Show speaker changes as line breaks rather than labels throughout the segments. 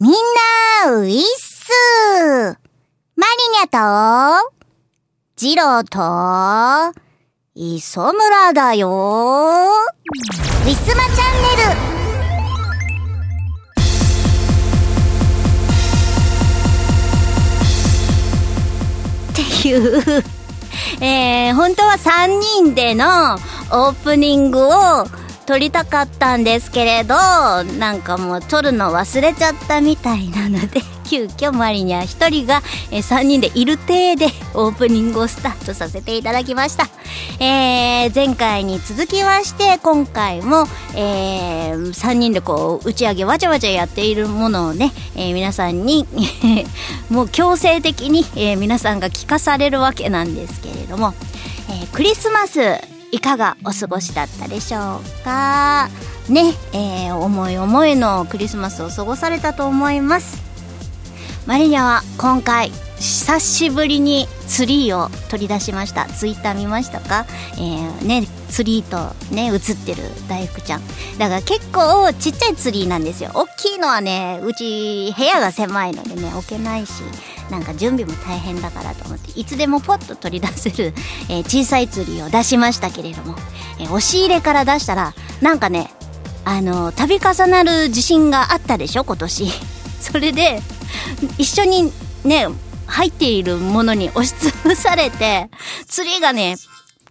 みんな、ウィッスーマリニャと、ジローと、磯村だよウィスマチャンネルっていう、えー、本当は3人でのオープニングを撮りたかったんですけれど、なんかもう撮るの忘れちゃったみたいなので、 急遽マリニャ1人が、えー3人でいる体でオープニングをスタートさせていただきました。えー前回に続きまして、今回も、えー3人でこう、打ち上げわちゃわちゃやっているものをね、えー皆さんに、 もう強制的に、えー皆さんが聞かされるわけなんですけれども、えークリスマスいかがお過ごしだったでしょうかね、えー思い思いのクリスマスを過ごされたと思いますマリニャは今回久しぶりにツリーを取り出しましたツイッター見ましたか、えーねツリーとね写ってる大福ちゃんだから結構ちっちゃいツリーなんですよ大きいのはねうち部屋が狭いのでね置けないしなんか準備も大変だからと思っていつでもポッと取り出せる、えー小さいツリーを出しましたけれども、えー押し入れから出したらなんかねあの度重なる地震があったでしょ今年それで一緒にね入っているものに押しつぶされてツリーがね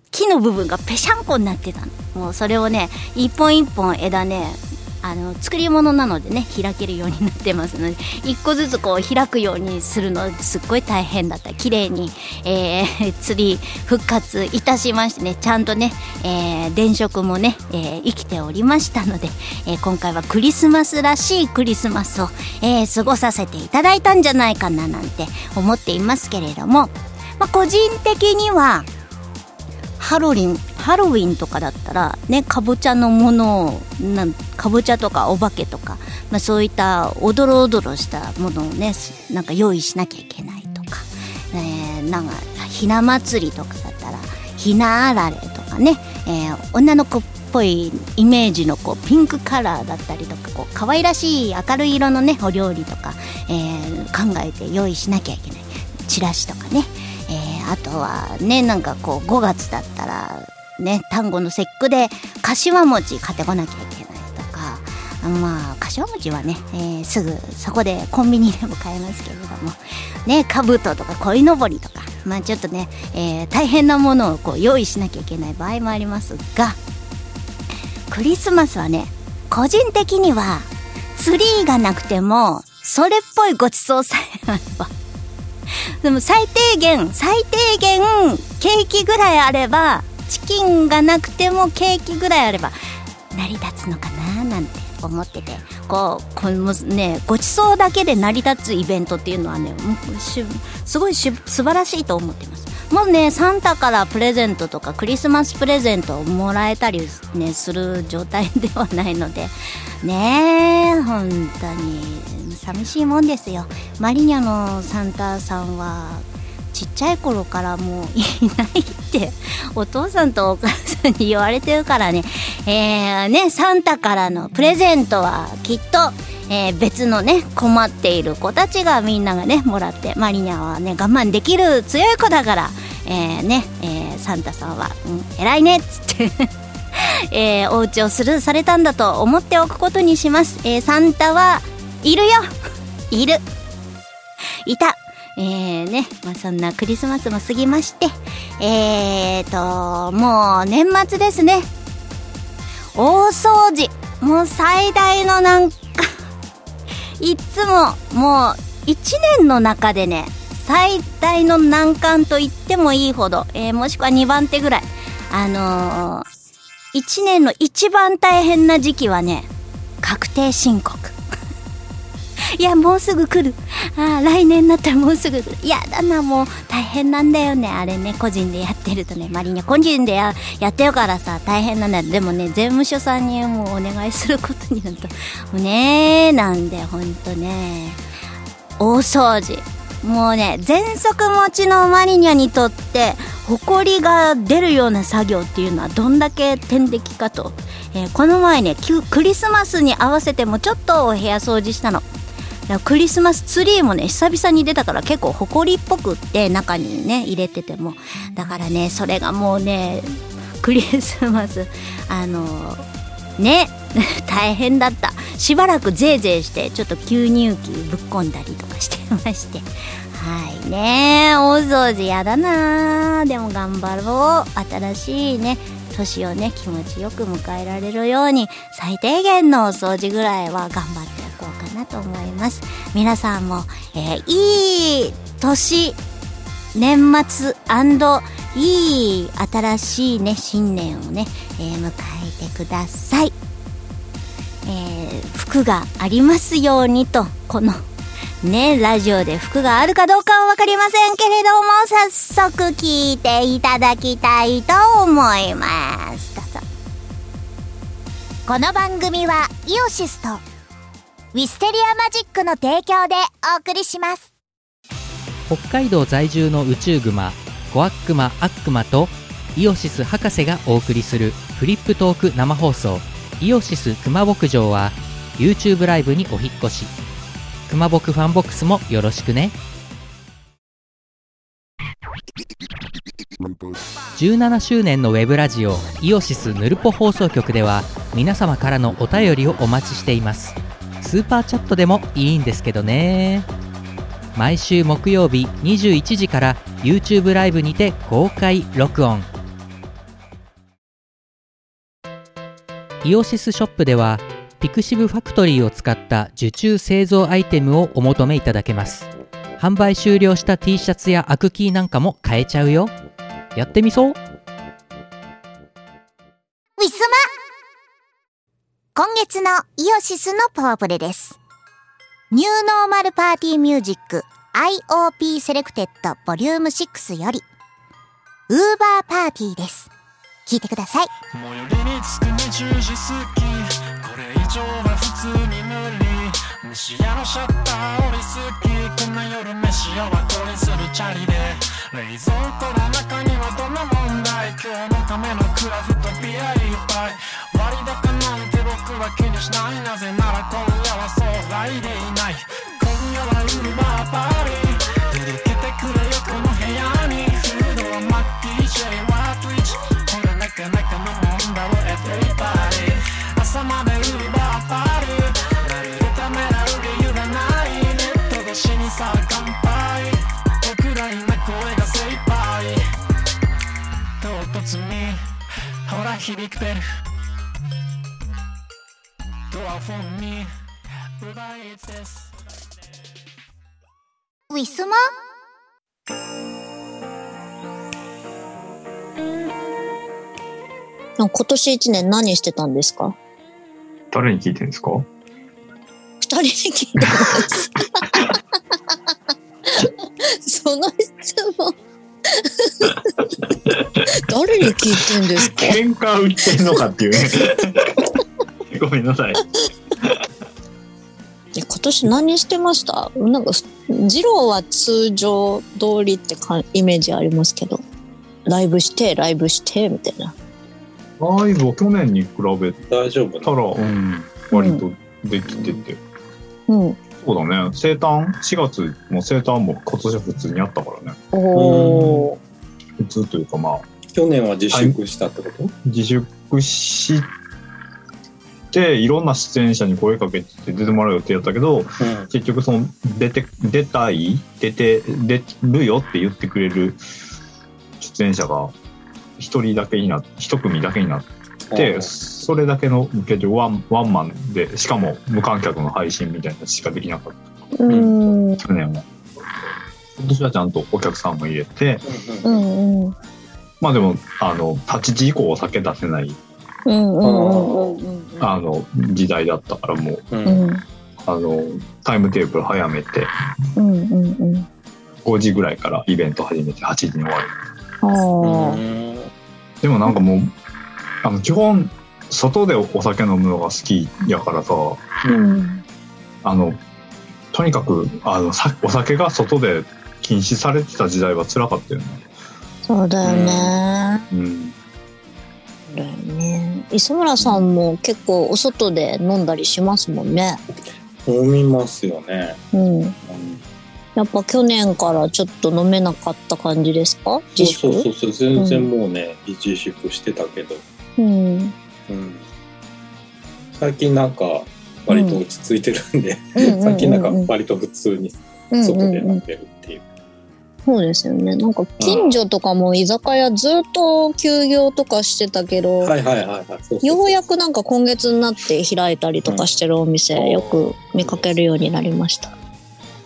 木の部分がぺしゃんこになってたのもうそれをね一本一本枝ねあの作り物なのでね開けるようになってますので一個ずつこう開くようにするのすっごい大変だった綺麗に、えー、 釣り復活いたしましてねちゃんとね、えー電飾もね、えー生きておりましたので、えー今回はクリスマスらしいクリスマスを、えー過ごさせていただいたんじゃないかななんて思っていますけれども、まあ、個人的にはハロリンハロウィンとかだったらねかぼちゃのものをなんかぼちゃとかお化けとか、まあ、そういったおどろおどろしたものをねすなんか用意しなきゃいけないとか、えーなんかひな祭りとかだったらひなあられとかね、えー女の子っぽいイメージのこうピンクカラーだったりとかこう可愛らしい明るい色のねお料理とか、えー考えて用意しなきゃいけないチラシとかね、えーあとはねなんかこう5月だったらね単語の節句で柏餅買ってこなきゃいけないとかまあ柏餅はね、えーすぐそこでコンビニでも買えますけれどもね兜とか鯉のぼりとかまあちょっとね、えー大変なものをこう用意しなきゃいけない場合もありますがクリスマスはね個人的にはツリーがなくてもそれっぽいごちそうさえあればでも最低限最低限ケーキぐらいあればチキンがなくてもケーキぐらいあれば成り立つのかななんて思っててこうこれもねごちそうだけで成り立つイベントっていうのはねうんしすごいし素晴らしいと思ってますもうねサンタからプレゼントとかクリスマスプレゼントをもらえたり、ね、する状態ではないのでねえ本当に寂しいもんですよマリニャのサンタさんはちっちゃい頃からもういないって お父さんとお母さんに言われてるからね,、えー、ねサンタからのプレゼントはきっと、えー別のね困っている子たちがみんながねもらってマリニャはね我慢できる強い子だから、えーねえーサンタさんは、うん、偉いねっつって えー、お家をスルーされたんだと思っておくことにします、えーサンタはいるよいるいた。えーね、まあ、そんなクリスマスも過ぎまして、えーと、もう年末ですね。大掃除。もう最大のなんか、いつももう一年の中でね、最大の難関と言ってもいいほど、えーもしくは2番手ぐらい。あのー、一年の一番大変な時期はね、確定申告。いや、もうすぐ来る。ああ、来年になったらもうすぐ来る。いや、だな、もう大変なんだよね。あれね、個人でやってるとね、マリニャ個人でややってるからさ、大変なんだよ。でもね、税務署さんにもうお願いすることになると、もうねなんで、ほんとね。大掃除。もうね、全息持ちのマリニャにとって、埃が出るような作業っていうのはどんだけ天敵かと。えーこの前ね、キュクリスマスに合わせてもちょっとお部屋掃除したの。やクリスマスツリーもね久々に出たから結構ほこりっぽくって中にね入れててもだからねそれがもうねクリスマスあのね 大変だったしばらくぜいぜいしてちょっと吸入器ぶっこんだりとかしてましてはいね大掃除やだなでも頑張ろう新しいね年をね気持ちよく迎えられるように最低限のお掃除ぐらいは頑張っていこうかなと思います皆さんも、えーいい年年末いい新しいね新年をね、えー迎えてください、えー服がありますようにとこのねラジオで服があるかどうかは分かりませんけれども早速聞いていただきたいと思いますどうぞこの番組はイオシスとウィステリアマジックの提供でお送りします
北海道在住の宇宙グマコアックマアックマとイオシス博士がお送りするフリップトーク生放送「イオシス熊牧場」は YouTube ライブにお引っ越し熊牧ファンボックスもよろしくね17周年のウェブラジオイオシスヌルポ放送局では皆様からのお便りをお待ちしていますスーパーチャットでもいいんですけどね毎週木曜日21時から YouTube ライブにて公開録音イオシスショップではピクシブファクトリーを使った受注製造アイテムをお求めいただけます販売終了した T シャツやアクキーなんかも買えちゃうよやってみそう
ウィスマ今月のイオシスのパワープレです。ニューノーマルパーティーミュージック IOP セレクテッドボリューム6より、ウーバーパーティーです。聞いてください。
最寄りに着く20時過ぎこれ以上は普通に無理西屋のシャッター降りすぎこんな夜飯をはこりするチャリで冷蔵庫の中にはどんな問題今日のためのクラフトビアいっぱい割高なんて僕は気にしないなぜなら今夜はそう来でいない今夜はウーバーパーティー届けてくれよこの部屋にフードはマッキージェリーワートイチこれなかなかのもんだろ Everybody 朝までウーバーパーティーまるでためらう理由がないネット越しにさあ乾杯僕ら今声が精一杯唐突にほら響くてるドアフォンに奪いです
ウィスマ
今年一年何してたんですか
誰に聞いてるんですか
二人で聞いてます。その質問。誰に聞いてんですか
喧嘩売ってんのかっていうね ごめんなさい
いや今年何してましたなんか、ジローは通常通りってかイメージありますけど、ライブして、ライブして、みたいな。
ライブは去年に比べ
大丈夫
た
な
ら、うん、割とできてて、
うん。
そうだね生誕4月も生誕も今年は普通にあったからね
おー。
普通というかまあ
去年は自粛したってこと、
自粛していろんな出演者に声かけて出てもらう予定やったけど
うん
結局その出て出たい出て出るよって言ってくれる出演者が一人だけにな一組だけになってそれだけの結局ワンワンマンでしかも無観客の配信みたいなのしかできなかっ
うーん。うん
た去年は今年はちゃんとお客さんも入れて
う
うん
うん
んうん。
まあでもあの立ち時以降お酒出せない
うんうんうんうん
あの時代だったからもう
うん
うん。
あのタイムテーブル早めて
うんうんうん。
5時ぐらいからイベント始めて8時に終わる
ああ。
でもなんかもうあの基本外でお酒飲むのが好きやからさ
うん。
あのとにかくあのさお酒が外で禁止されてた時代は辛かったよね、
そうだよね。
うん、
だよね。磯村さんも結構お外で飲んだりしますもんね。
飲みますよね。
うん。
うん
やっぱ去年からちょっと飲めなかった感じですか自粛
そうそうそう全然もうね、自粛してたけど、
うん。
うん、最近なんか割と落ち着いてるんで、
うん
最近なんか割と普通に外で
うんうんう
飲ん
ん
でるっていう。
そうですよね。なんか近所とかも居酒屋ずっと休業とかしてたけど、
はいはいはいはい。そうそうそう
ようやくなんか今月になって開いたりとかしてるお店、
うん
よく見かけるようになりました。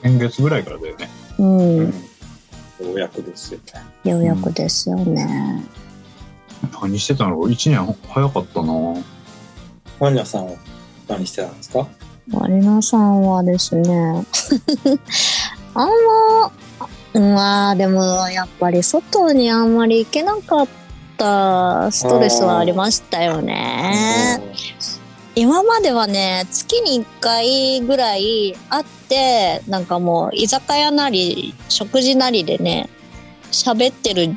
先月ぐらいからだよね。
うん。
うんようやくですよね。
ようやくですよね。
何してたのか一年早かったな
マニアさんは何してたんですか？
マリナさんはですね、あんま、まあでもやっぱり外にあんまり行けなかったストレスはありましたよね。今まではね、月に1回ぐらい会って、なんかもう居酒屋なり、食事なりでね、喋ってる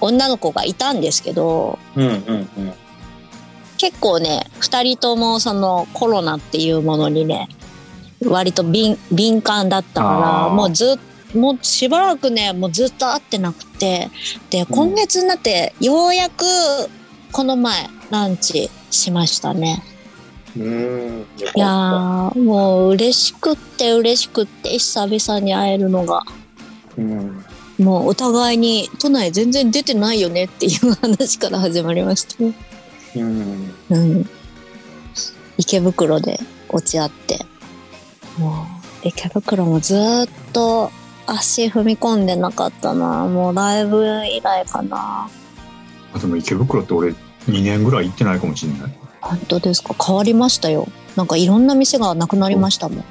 女の子がいたんですけど、
うんうんうん。
結構ね、二人ともそのコロナっていうものにね、割と敏敏感だったか
あー
ら、もうずっもうしばらくね、もうずっと会ってなくて、で、今月になって、ようやくこの前、ランチしましたね。
うん。よかった
いやー、もう嬉しくって嬉しくって、久々に会えるのが。
うん。
もうお互いに都内全然出てないよねっていう話から始まりましたね。
うん。
うん、池袋で落ち合ってもう池袋もずーっと足踏み込んでなかったなもうライブ以来かな
あでも池袋って俺2年ぐらい行ってないかもしれない
本当ですか変わりましたよなんかいろんな店がなくなりましたもん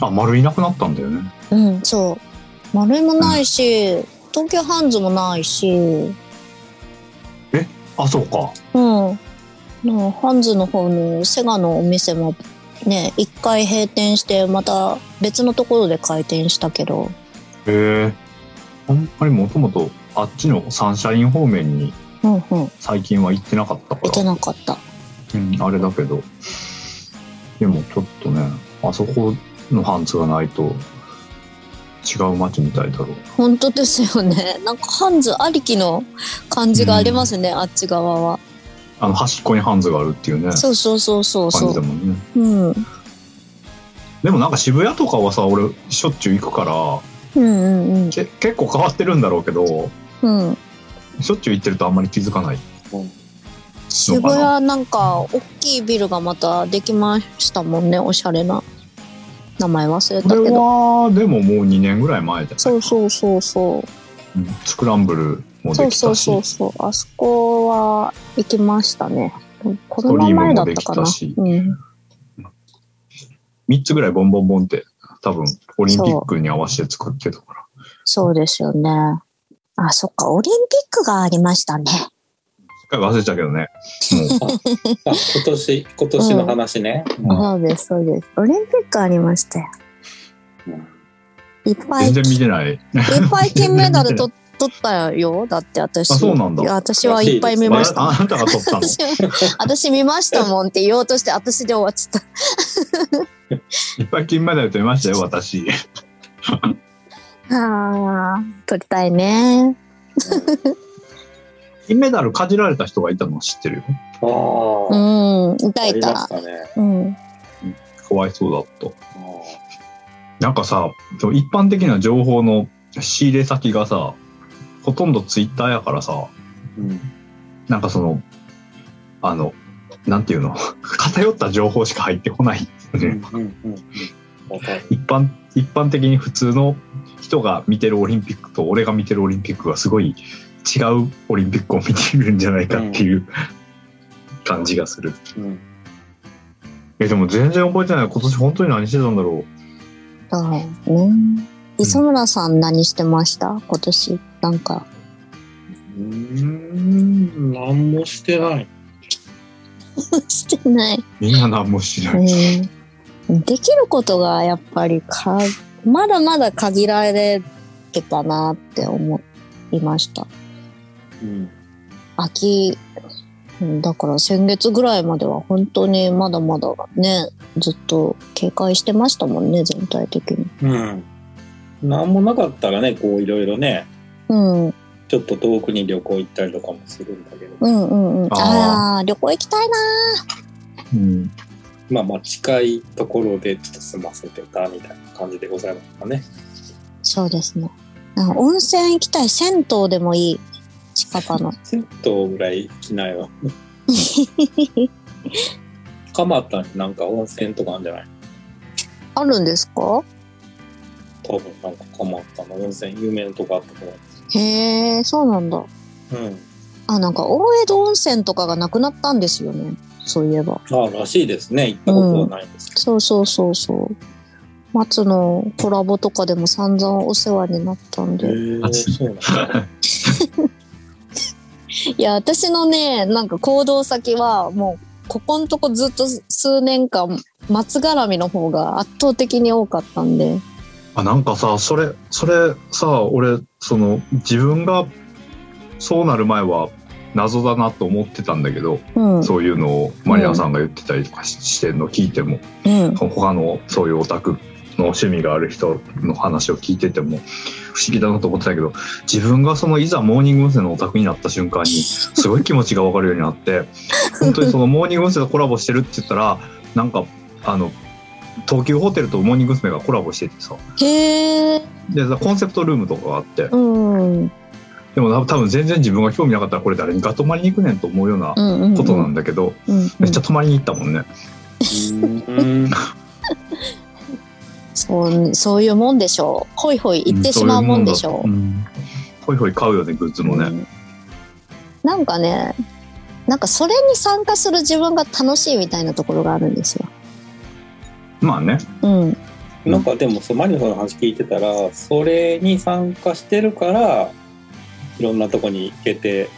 あ丸いなくなったんだよね
うんそう丸いもないし、東京ハンズもないしうん
あそうか
のハンズの方のセガのお店もね一回閉店してまた別のところで開店したけど
へえあんまりもともとあっちのサンシャイン方面に
うんうん
最近は行ってなかったか
行け
ら、
なかった。
うん、あれだけどでもちょっとねあそこのハンツがないと違う街みたいだろう
本当ですよね。 なんかハンズありきの感じがありますね、あっち側は。
あの端っこにハンズがあるっていうね
そうそうそうそう
感
そ
じだ
う。
もんね
うん。うん
でもなんか渋谷とかはさ俺しょっちゅう行くから
うんうん。
け結構変わってるんだろうけど
うん。
しょっちゅう行ってるとあんまり気づかない
渋谷なんか大きいビルがまたできましたもんね、おしゃれな。名前忘れ
こ
た
れ
けど。
はでももう2年ぐらい前だ
そうそうそうそう。
うんスクランブルも
そ
で
う
き
そ
た
う
し
そうそう。あそこは行きましたね。コ
ト
ロ
リ
ナ
ーム
前だ
も
っ
で
た
き
か
た
な。
し
うん。
3つぐらいボンボンボンって多分オリンピックに合わせて作ってたから
そうですよね。あ、そっか、オリンピックがありましたね。
一回忘れたけどねもう
あ今年今年の話ね。
うん
そうです、そうです。オリンピックありましたよ。いっぱい、い
全
っ
然見てない
ぱい金メダルと 取ったよ。だって私。
あそうなんだ
いや私はいっぱい見
あ
ました。
あなたが撮ったの
私は私見ましたもんって言おうとして私で終わっちゃった。
いっぱい金メダル取りましたよ私
あー取りたいね。
金メダルかじられた人がいたのは知ってるよ
あ
う
あ。あ
ん、いたい。
りましたたね。
うん、
かわいそうだった
あ
なんかさ、でも一般的な情報の仕入れ先がさ、ほとんどツイッターやからさ、
ーうん
なんかその、あの、なんていうの、 偏った情報しか入ってこない、
うんうんうんうん。わかる。
一般、一般的に普通の人が見てるオリンピックと俺が見てるオリンピックがすごい違うオリンピックを見てるんじゃないかっていう、感じがする。
うん。
え、でも全然覚えてない。今年本当に何してたんだろ
そうね。磯村さん何してました今年なんか。
うーん、何もしてない。
してない。
う。みんな何もしない。
うん、できることがやっぱりかまだまだ限られてたなって思いました
うん。
秋うんだから先月ぐらいまでは本当にまだまだね、ずっと警戒してましたもんね、全体的に。
うん。なんもなかったらね、こういろいろね、
うん、うん
ちょっと遠くに旅行行ったりとかもするんだけど、
うんうん。ああー、旅行行きたいな
うん。
まあまあ近いところでちょっと済ませてたみたいな感じでございますかね。
ーそうですね。あ温泉行きたい。銭湯でもいい。近場の。
銭湯ぐらい行きないわ。蒲田になんか温泉とかあるんじゃない
あるんですか
多分なんか蒲田の温泉有名なとこあったと思
へえ、そうなんだ。
う。うん。
あ、なんか大江戸温泉とかがなくなったんですよね。そういえば。
ああ、らしいですね。行ったことはないんですけ
そうそうそうそう。松のコラボとかでも散々お世話になったん
ど。
で。
へえそうなんだ。
いや、私のね、なんか行動先はもう、ここんとこずっと数年間、松絡みの方が圧倒的に多かったんで。
あ、なんかさ、それ、それさ、俺、その、自分がそうなる前は謎だなと思ってたんだけど、
うん。う
そういうのをマリアさんが言ってたりとかししてんの聞いても、
ん。
他のそういうオタクの趣味がある人の話を聞いてても不思議だなと思ってたけど自分がそのいざモーニング娘。のオタクになった瞬 間にすごい気持ちが分かるようになって本当にそのモーニング娘。とコラボしてるって言ったらなんかあの東急ホテルとモーニング娘。がコラボしててさ
へえ。
でコンセプトルームとかがあって
うん。うん
でも多分全然自分が興味なかったらこれ誰にが泊まりに行くねんと思うような
うんうん。
ことなんだけど、
うんうん
めっちゃ泊まりに行ったもんね。
うん。
そう、そういうもんでしょう。ほいほい行ってしまうもんでしょう。
んほいほい買うよねグッズもね、
うんなんかね、なんかそれに参加する自分が楽しいみたいなところがあるんですよ。
まあね
うん。
なんかでもそうマリノさんの話聞いてたらそれに参加してるからいろんなとこに行けて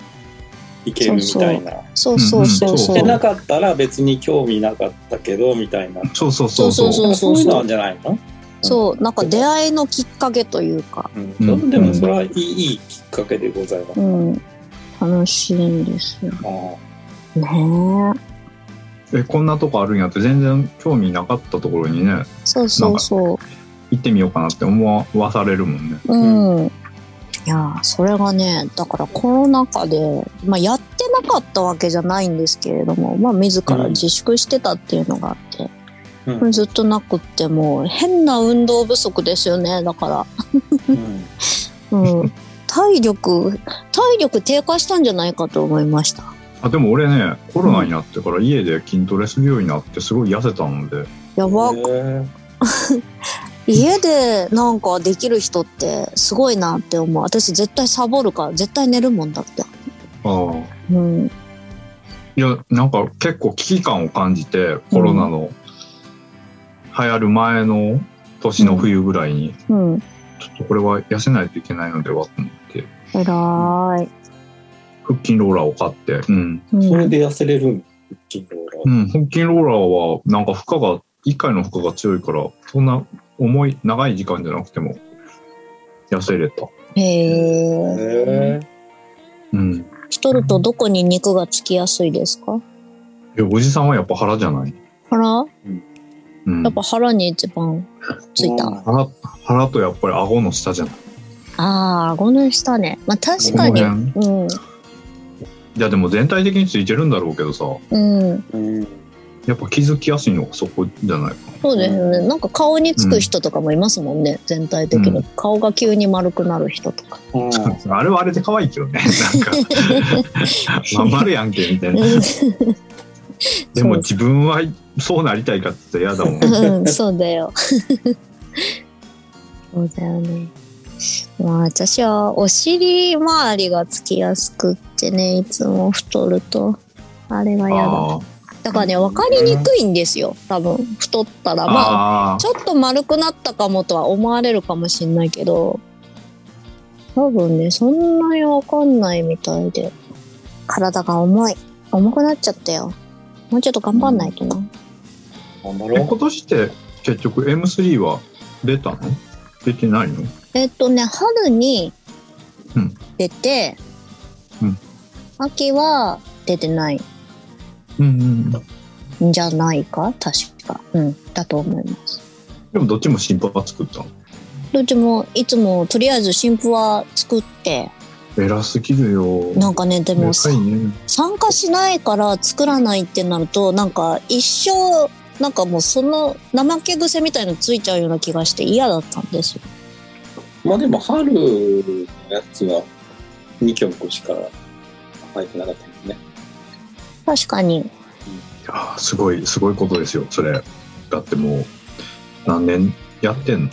行けるみたいな。
そうそうそう
そ
そうう。
してなかったら別に興味なかったけどみたいな。
そうそうそう
そうそう
そういうのあるんじゃないの、
そう、なんか出会いのきっかけというか、
うん
うん
それでもそれはいい,、いいきっかけでございます。
う
あ
ん。楽しいんですよ
あ
ね。
えこんなとこあるんやって全然興味なかったところにね
そうそうそ
行ってみようかなって思わされるもんね
う。うん。いやーそれがね、だからコロナ禍で、まあ、やってなかったわけじゃないんですけれども、まあ、自ら自粛してたっていうのがあって、
うん
ずっとなくってもう変な運動不足ですよねだか
うん
ら、うん、体力体力低下したんじゃないかと思いました
あでも俺ねコロナになってから家で筋トレするようになってすごい痩せたので
やば
へえ
家でなんかできる人ってすごいなって思う私絶対サボるから絶対寝るもんだって
ああ
うん
いやなんか結構危機感を感じてコロナの流行る前の年の冬ぐらいに、
うん
ちょっとこれは痩せないといけないのではと思って
えらい、
腹筋ローラーを買って、うん、
う
それ
ん、
で痩せれるん筋ローラー
うん、腹筋ローラーはなんか負荷が1回の負荷が強いからそんな重い長い時間じゃなくても痩せれた、
へえ
へえ
うん、
太るとどこに肉がつきやすいですか
えおじさんはやっぱ腹じゃない、
腹
うん、
やっぱ腹に一番ついた、
うん
腹腹とやっぱり顎の下じゃない
ああ顎の下ねまあ確かに
この辺
うん
いやでも全体的についてるんだろうけどさ
うん
うん
やっぱ気づきやすいのがそこじゃないかな
そうですよね。なんか顔につく人とかもいますもんね、全体的
う
に。顔が急に丸くなる人とか。
うん
あれはあれで可愛いけ どねなんか頑張るやんけみたいなでも自分はそうなりたいかって言ったら 嫌だもん
うん、そうだよ。 そうだよね。まあ私はお尻周りがつきやすくってね、いつも太ると。あれが嫌だ。
あー
だからね、わかりにくいんですよ。多分、太ったら。まあ、
あ
ちょっと丸くなったかもとは思われるかもしんないけど、多分ね、そんなにわかんないみたいで。体が重い。重くなっちゃったよ。もうちょっと頑張んないとな。
頑張
ー
ろ
え
う
今年って結局 M3 は出たの出てないの
えっとね、春に
うん
出て、
うん
秋は出てない
うんうん。で
んじゃないか確か。うん。だと思います。
もどっちも新婦が作ったの。
どっちも、いつも、とりあえず新婦は作って、
偉すぎるよ。
なんかね、でも、
でかいね。
参加しないから作らないってなると、なんか一生、なんかもうその怠け癖みたいのついちゃうような気がして嫌だったんですよ。
まあでも春のやつは2曲しか入ってなかったもんね。
確かに。
いやーすごいすごいことですよそれだってもう何年やってんの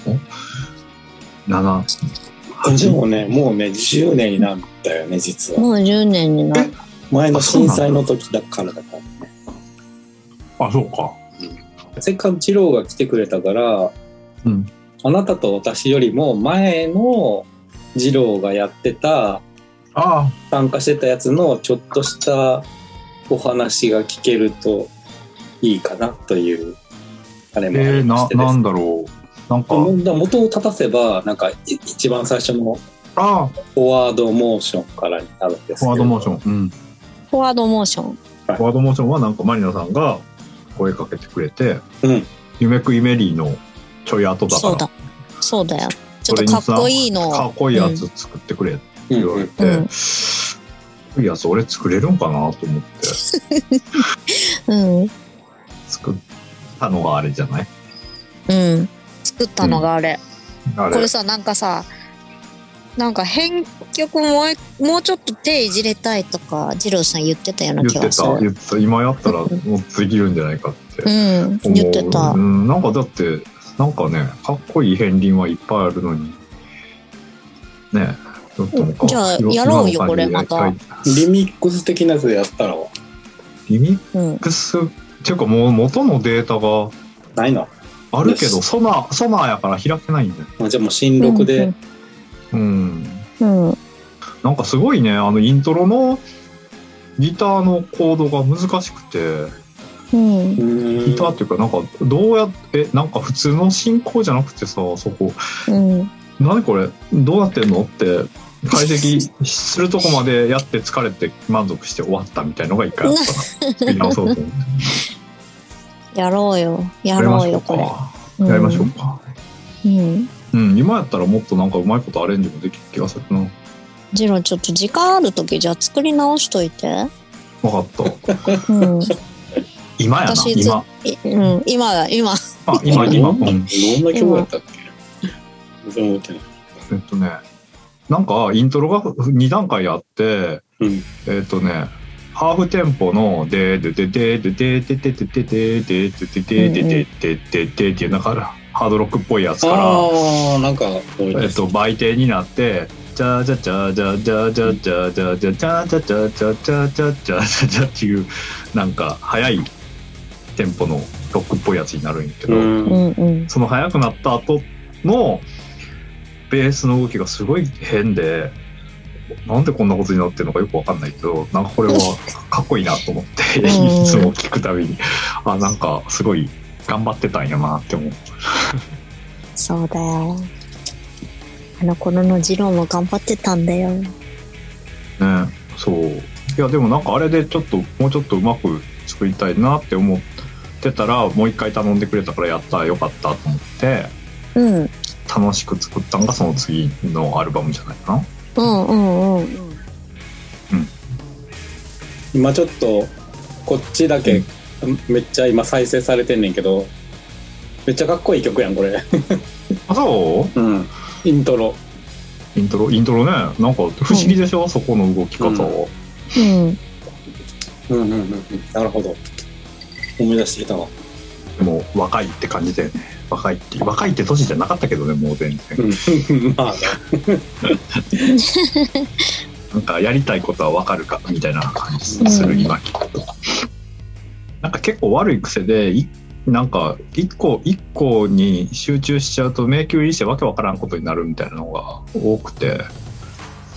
?7
でもね、もうね、10年になったよね、実は。
もう10年になる。
前の震災の時だからだからね。
あそうか
せっかく二郎が来てくれたから、
うん
あなたと私よりも前の二郎がやってた、
あ
参加してたやつのちょっとしたお話が聞けるといいかなという、あれ
あ
もあ
えー、
りま
な
してです
なん
ね
だろうなんか
もう元を立たせば、なんかい一番最初の
あー
フォワードモーションからになるんですけ
フォ
ど
ワードモーション、うん、
フォワードモーション。
フォワードモーションはなんかマリナさんが声かけてくれて
うん
「夢くイメリー」のちょい後だか
そう
ら
だ。そうだよ。ちょっ
それ
と
に
か
さ
っこいいの
か
を。
っこいいやつ作ってくれって
うん
言われて、
うんうん
かっこいいやつ俺作れるんかなと思って
うん。
作ったのがあれじゃない
うん。作ったのがあれ。
あ
こ
れ
れさ、なんかさ、なんか編曲もうもうちょっと手いじれたいとか、二郎さん言ってたような気
言って
がす
た
る。
言ってた今やったらもうできるんじゃないかって
うん。
思う
言ってた
う。ん、なんかだってなんかねかっこいい片鱗はいっぱいあるのにねちょっとなんか
じゃあ
い
やろうよ
今
こ
の感じ
れ
で
また
はい
リミックス的なやつでやったら
リミッ
うん。
クスっていうかもう元のデータが
ないの
あるけ
よ
ど
し
ソナソナーやから開けないんだよ
まあじゃあもう新録
う
で、
ん
うん。うん。
なんかすごいねあのイントロのギターのコードが難しくて
うん。
うん
ギターっていうかなんかどうやってなんか普通の進行じゃなくてさそこ
うん。
何これどうなってんのって解析するとこまでやって疲れて満足して終わったみたいのが一回あったか ら作り直そうと思って
やろうよ。や
やりま
ろう
しょ
よ、
う
これ。
かやりましょうか
うん。うん。
うん今やったらもっとなんかうまいことアレンジもできる気がするな分
ジローちょっと時間ある時じゃあ作り直しといて。
かった
うん。
今やな
私ず
今
いうん。今だ、今。
あ今今
ど
う
んなんどんな曲だったっけ全然覚えてない。
えっとねなんかイントロが2段階あって
うん
えっとねハーフテンポの「ででででででででででででででででででで」っていうなんかハードロックっぽいやつから
ああ、なんか多い
え
で
っ
す。
と、売店になって、じゃじゃじゃじゃじゃじゃじゃじゃじゃじゃじゃじゃじゃじゃじゃじゃじゃじゃっていう、なんか早いテンポのロックっぽいやつになるんやけ
う。
ど、
うんんうん。
その速くなった後のベースの動きがすごい変で、なんでこんなことになってるのかよくわかんないけど、なんかこれ はかっこいいなと思って、
うん
いつも聞くたびに、あ、なんかすごい頑張ってたんやなって思う。
そうだよ。あの頃のジローも頑張ってたんだよ。
ねそういやでもなんかあれでちょっともうちょっとうまく作りたいなって思ってたらもう一回頼んでくれたからやったよかったと思って
うん。うん
楽しく作ったのがその次のアルバムじゃないかな
うんうん。
今ちょっと、こっちだけ、めっちゃ今再生されてんねんけど、めっちゃかっこいい曲やん、これ。
あそ
うん。イントロ。
うイントロイントロねなんか不思議でしょ、そこの動き方は、
うん。
うんうんうんうん。なるほど。思い出してきたわ。
でも若いって感じだよね若いって若いって年じゃなかったけどねもう全然、
うん。 まあ、
なんかやりたいことはわかるかみたいな感じする、
うん
今聞くと。なんか結構悪い癖で、いなんか一個一個に集中しちゃうと迷宮入りしてわけわからんことになるみたいなのが多くて、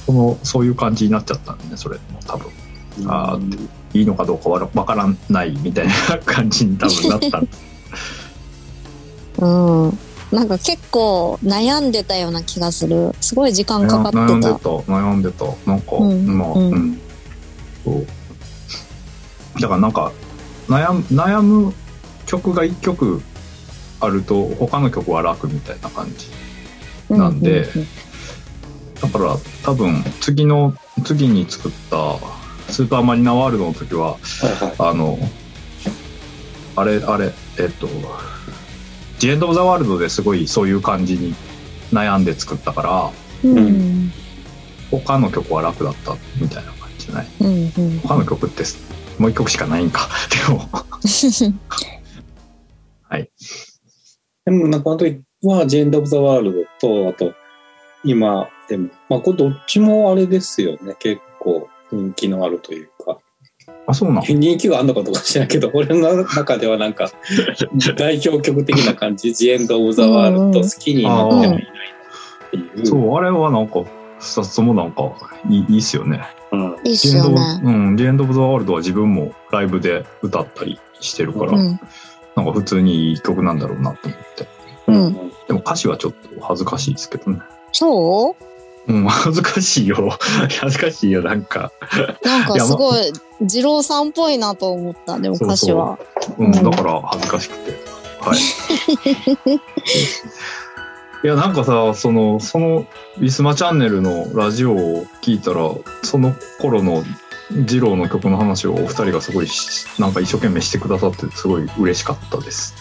そのそういう感じになっちゃったんでね、それも多分。あーいいのかどうかわらわからないみたいな感じに多分なったんです。
うん。なんか結構悩んでたような気がする。すごい時間かか
悩ん
って
でた、
た。
悩んでた。なんか、
うん
まあ、
う
うんん。そうだからなんか悩む悩む曲が1曲あると他の曲は楽みたいな感じ
う
なんでだから多分次の次に作った「スーパーマリナワールド」の時は
はいはい。
あのあれあれえっと「ジエンド・オブ・ザ・ワールド」ですごいそういう感じに悩んで作ったから
うんうん
他の曲は楽だったみたいな感じじゃない
うんうん
他の曲ってもう1曲しかないんか でもはい
でもなんかあの時は、ジェンド・オブ・ザ・ワールドと、あと、今でも、まあこれどっちもあれですよね。結構人気のあるというか。
あそうなん
人気があんのかどうか知らんけど、 俺の中ではなんか、代表曲的な感じ、ジ・エンド・オブ・ザ・ワールド好きになってもいないっていう。
そうあれはなんか2つともなんかいいいいっすよね
うん。
いいっ
ジ
す
エン
よ
ド・
ね。
うん、ジエンド・オブ・ザ・ワールドは自分もライブで歌ったりしてるから、
うん
なんか普通にいい曲なんだろうなと思って。
うん
うん
でも歌詞はちょっと恥ずかしいですけどね。
そ
うん、恥ずかしいよ。 恥ずかしいよ、なんか。
うなん
い
か
やます
ごい、二郎さんっぽいなと思った、でも歌詞は。
うん、
うん
だから恥ずかしくて。はい。いや、なんかさ、その、その、ウィスマチャンネルのラジオを聞いたら、その頃の二郎の曲の話をお二人がすごいし、なんか一生懸命してくださって、すごい嬉しかったです。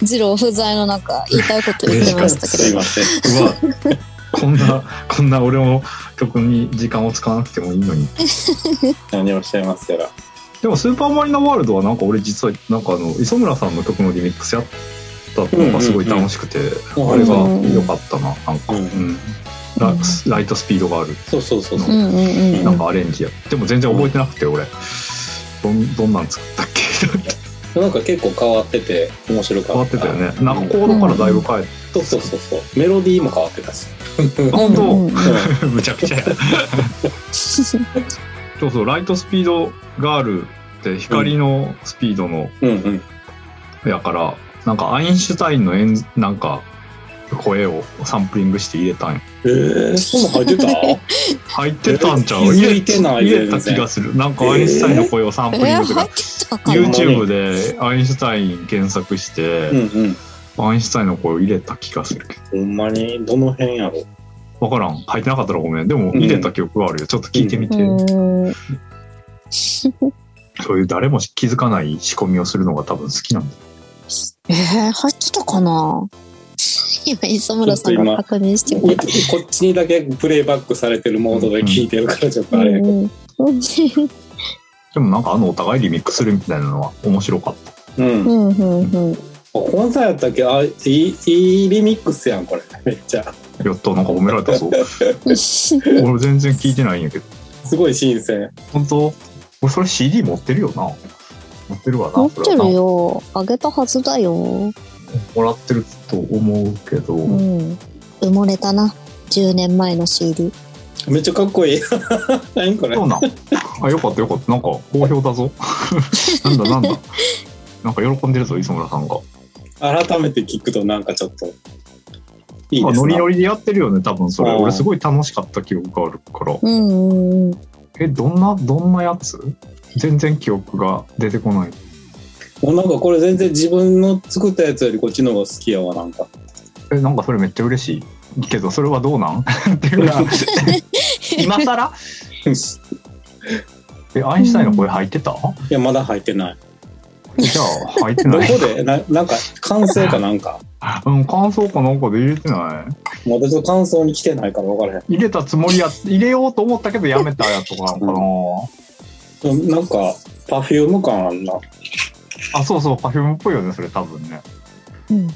二郎不在の中、言いたいこと言ってました
すい
けど。
ません。
うわこんなこんな俺も曲に時間を使わなくてもいいのに
何をおっしゃいますやら。
でも「スーパーマリナワールド」はなんか俺実はなんかあの磯村さんの曲のリミックスやったのがすごい楽しくて、
う
うん
ん
うん
あれが良かったななんか、
う
うんんラライトスピードがある
そうそうそうそうう。
んうんうん。
なんかアレンジやでも全然覚えてなくて俺どんどんなん作ったっけ
なんか結構変わってて、面白かった。
変わってたよねなんかコードからだいぶ変え
そうそうそうそう。メロディーも変わっ てたし。
た本当、
うんうん
むちゃくちゃやそうそうライトスピードガールって光のスピードの
うんうん。
やからなんかアインシュタインの演なんか声をサンプリングして入れたんよ
えー、そんなん入って
入ってたんちゃう
え気づいてない
入れ入
全
れた
然
気がするなんかアインシュタインの声をサン
え
プリン
ー、
グと
入っ
か、
てたかな
YouTube でアインシュタイン検索して、
た うんうん。
アインシュタインの声を入れた気がするけど
ほんまに、どの辺やろ。
分からん入ってなかったらごめんでも入れた記憶があるよちょっと聞いてみて、
うん。
そういう誰も気づかない仕込みをするのが多分好きなんだ
えー、入ってたかな今、磯村さんが確認して
こ
みた。
こっちにだけプレイバックされてるモードで聞いてるから、ちょっとあれやけ
う
ど。
んうん
でもなんかあのお互いリミックスするみたいなのは面白かった
うん。あ
うんうん うん。
こんなんやったっけあ、いい、いいリミックスやん、これ。 めっちゃ。
やったなんか褒められた ぞ俺全然聞いてないんやけど
すごい新鮮。
本当俺それ CD 持ってるよな持ってるわな
持って
そ
る
れは
よ。あげたはずだよ。
なもらってると思うけど、
うん。埋もれたな。10年前の CD。
めっちゃかっこいい。 何これ
そう。なんあよかったよかったなんか好評だぞ なんだなんだなんか喜んでるぞ磯村さんが
改めて聞くとなんかちょっと、いい
ま
で
あ
す
ノ
ね
リ。ノリでやってるよね多分それ
うん
俺すごい楽しかった記憶があるから
うんうんうん。
えどんなどんなやつ全然記憶が出てこない
もうなんかこれ全然自分の作ったやつよりこっちの方が好きやわなんか
えなんかそれめっちゃ嬉しいけどそれはどうなんっていうか今更
い
えアインシュタインの声入ってた、
やまだ入ってない
じゃあ入って
ど
ない
こでな なんか感想かなんか
うん、感想かなんかで入れてな
もう私の感想に来てないから分から
い。入れたつもりや、入れようと思ったけどやめたやとかなのかな。
へんなんかパフューム感あんな
あ、そうそう、パフュームっぽいよね、それ多分ね。
うん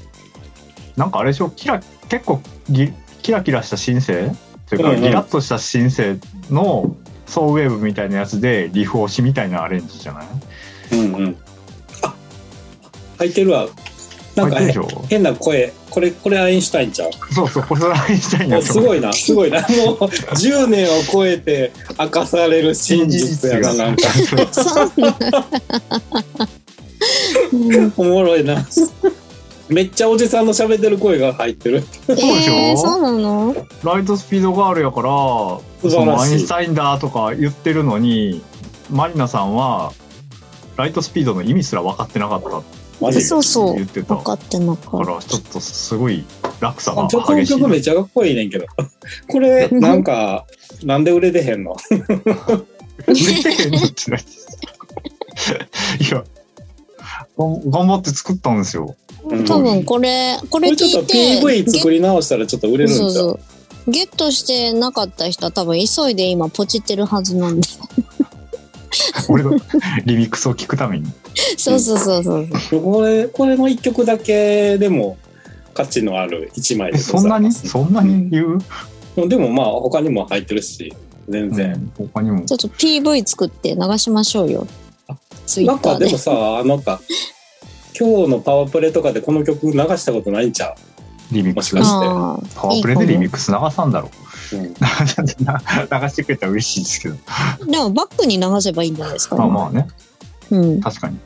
なんかあれでしょ、キラ、結構ギキラキラしたシンセっていうか、
うんうん
ギラッとしたシンセのソウウェーブみたいなやつで、リフ押しみたいなアレンジじゃない
うんうんあ入ってるわなんか
入ってるでしょ
変な声これこれアインシュタインちゃう
そうそう、これそれアインシュタインや
お
と
す
思う
ごいなすごいなもう10年を超えて明かされる真実や ななんか
そううん
おもろいなめっちゃおじさんの喋ってる声が入ってる
でしょ
えー、そうなの
ライトスピードガールやから、
素晴らしい
そのアインシュタインだとか言ってるのに、マリナさんは、ライトスピードの意味すら分かってなかった
マジで
そうそう
言ってた
分か
か
ってなかった
らちょっとすごい落差が
あちょっと
激しい
曲めっちゃかっこいいねんけど。 これ、なんか、なんで売れてへんの
いやがん頑張って作ったんですよ
うん
多分これこ
こ
れ
れち
聞
ょっ
い
と
て
PV 作り直したらちょっと売れるんちゃ
そううそうゲットしてなかった人は多分急いで今ポチってるはずなんで
俺のリミックスを聞くために
そうそうそうそう
これ、これの一曲だけでも価値のある一枚
え
で
そ
ご
ん
ざ
ない
ま
に
す。
そんなに言う、
でもまあ他にも入ってるし、全然。
うん他にも
ちょっと PV 作って流しましょうよツイ
な
ッ
ん
ター
か
で
でもさ、なんか、今日のパワープレイとかでこの曲流したことないんちゃ
リミックス
もしかし
あー
パワープレイでリミックス流さん だろ
う、うん
流してくれたら嬉しいですけど
でもバックに流せばいいんじゃないですか、
まあまあね
うん
確かに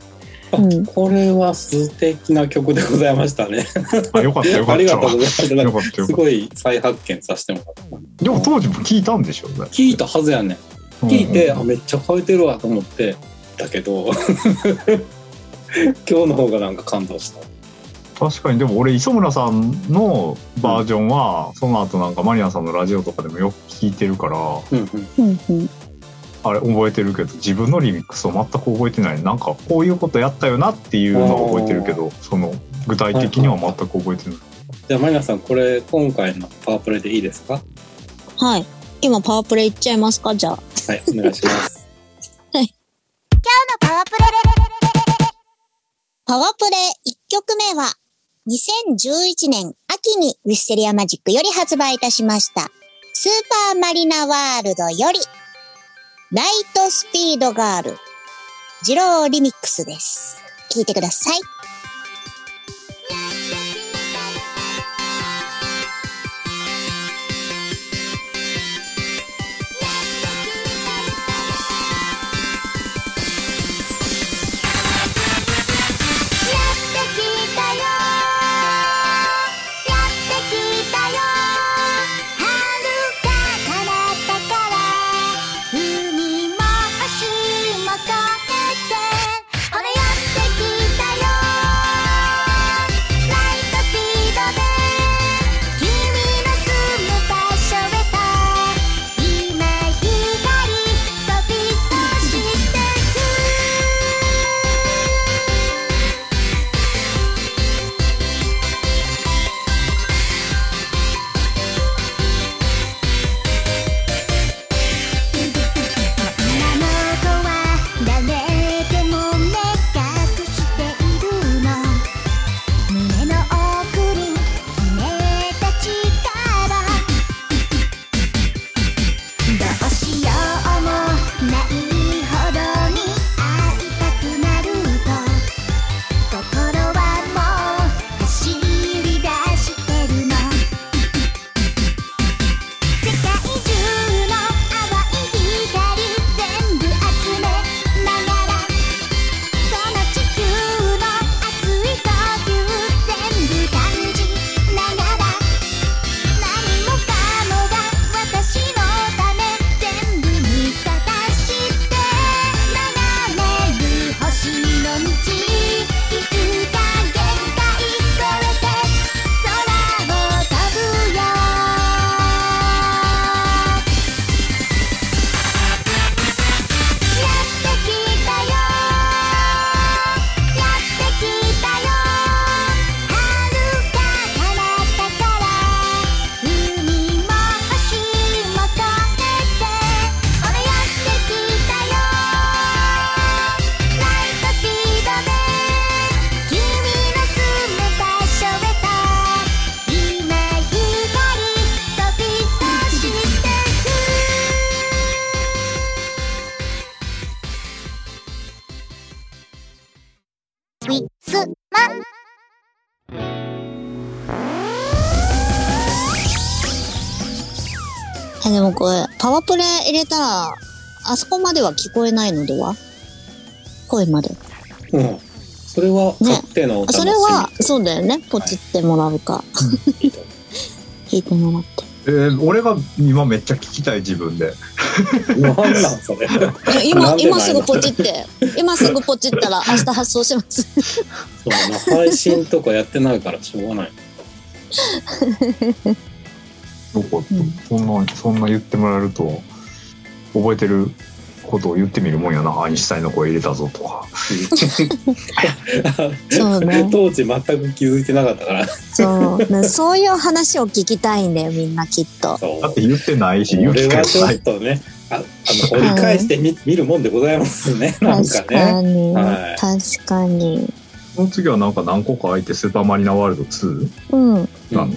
うん
これは素敵な曲でございましたね。
あよかったよか
あ
っ
り
た
がとう
わ
ございました。なん
よ
か
かったよ
す
かっ
ごい再発見させてもらった。
たでも当時も聞いたんでしょ
聞いたはずやねん。聞いて、あめっちゃ変えてるわと思ってだけど 今日の方がなんか感動した
確かにでも俺磯村さんのバージョンはその後なんかマリアンさんのラジオとかでもよく聞いてるから
うん
うんうん
あれ覚えてるけど自分のリミックスを全く覚えてないなんかこういうことやったよなっていうのは覚えてるけどその具体的には全く覚えてない
じゃあマリナさんこれ今回のパワープレイでいいですかは
はい今パワープレイいっちゃいますかじゃあ
いお願いします
パワープレ
パワープレイ1曲目は、2011年秋にウィステリアマジックより発売いたしました、スーパーマリナワールドより、ライトスピードガール、ジローリミックスです。聴いてください。
やってきたよやってきたよ遥か彼方から海も星も越えてほらやってきたよライトスピードで君の住む場所へと今光飛び出してく「今の子は誰でも目隠しているの」「胸の奥に秘めた力」「どうしようもないほどに会いたくなると」「心はもう走り出してるの」世界中の淡い光全部集めながらこの地球の熱い呼吸全部感じながら何もかもが私のため全部見たたして眺める星の道いつか限界越えて空を飛ぶよやってきたよやってきたよ遥か彼方から海も星も越えて俺やってきたよライトスピードで君の住む場所へと今光飛び出してくウィスマン
え、でもこれ、パワープレイ入れたら、あそこまでは聞こえないのでは声まで。
うんそれは勝手のお楽しみ
それは、そうだよね。ポチってもらうか。
いいと
弾いても
思
らって。
えー俺が今めっちゃ聞きたい自分で
なんなんそれ。
え今
なんで
今
ない
す
の
ぐポチって今すぐポチったら明日発送します
そうだな配信とかやってないからしょうがない。
なんか、そんな、そんな言ってもらえると、覚えてることを言ってみるもんやな、アインシュタインの声入れたぞとか。
そうね
当時全く気づいてなかったから。
そうなそういう話を聞きたいんだよみんなきっと
そう
だって言ってないし、言う
俺
機会
は
も
ちょ
な
っ
い。
とね、ああの折り返してみ、見るもんでございますね。なんか
確か
ね。
に、
はい
確かに
その次はなんか何個か空いて、スーパーマリナワールド2
うん
なの、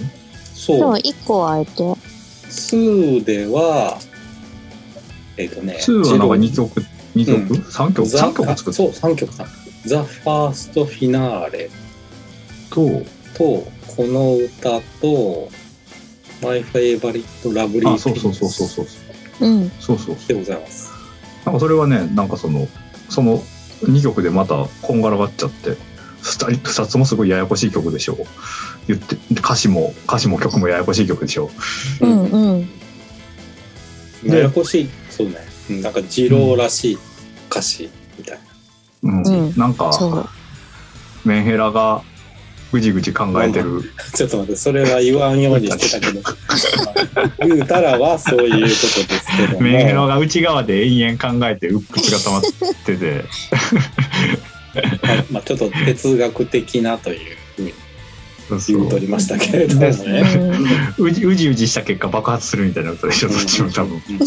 そう
そう。
1個空いて
2では、えっ、とね、
2はなんか2
ジロ
曲、二曲、
うん
三曲、
ザ
三曲作
あ
った
そう、3曲作ったザ・ファースト・フィナーレ
と、
と、この歌と、マイ・フェイバリット・ラブリー・
あ、そうそうそうそうそう。
うん
そうそうそう。
でございます。
なんかそれはね、なんかその、その2曲でまたこんがらがっちゃって、2, 人2つもすごいややこしい曲でしょう。言って、歌詞も、歌詞も曲もややこしい曲でしょ
うんうん
で
ややこしい、そうね。うんなんか、二郎らしい歌詞みたい
う。う
な。
う
ん。
ん
なんか、
そう
メンヘラがぐじぐじ考えてる。
ちょっと待って、それは言わんようにしてたけ ど。言うたらはそういうことですけども。
メンヘラが内側で延々考えて、うっくちが溜まって て、
まあ、ちょっと哲学的なというふうに
そうそ
言うと
う
りましたけれどもね。
うじうじうじした結果爆発するみたいなことでしょ、どっちも多分。
うん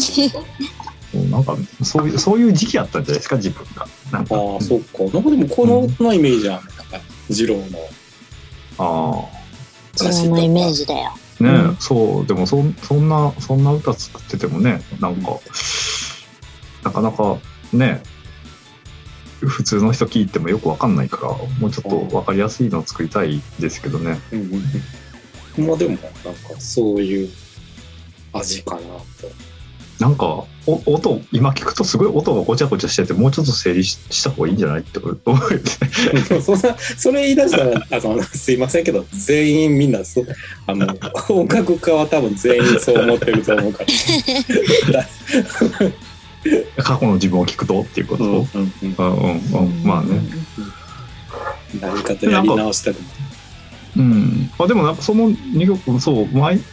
なんか、そういう、そういう時期あったんじゃないですか、自分が。なんか。
ああ、そっか。なんかでもこの歌のイメージは、なんか、二郎の
ああ。
歌詞
そ
と
の
か。
イメージだよう
ね、
ん
そうでもそんそんなそんな歌作っててもねなんかなかなかね普通の人聞いてもよくわかんないからもうちょっとわかりやすいの作りたいですけどね
うんうんうんまあでも、なんか、そういう味かなと。
なんかお音今聞くとすごい音がごちゃごちゃしててもうちょっと整理しした方がいいんじゃないって思う思うよね
そんなそれ言い出したらあのすいませんけど全員みんなそうあの音楽家は多分全員そう思ってると思うから、
過去の自分を聞くとっていうこと、うんうんうん、まあね、
何かとやり直したくな
うん、あでもなんかその2曲そう前ん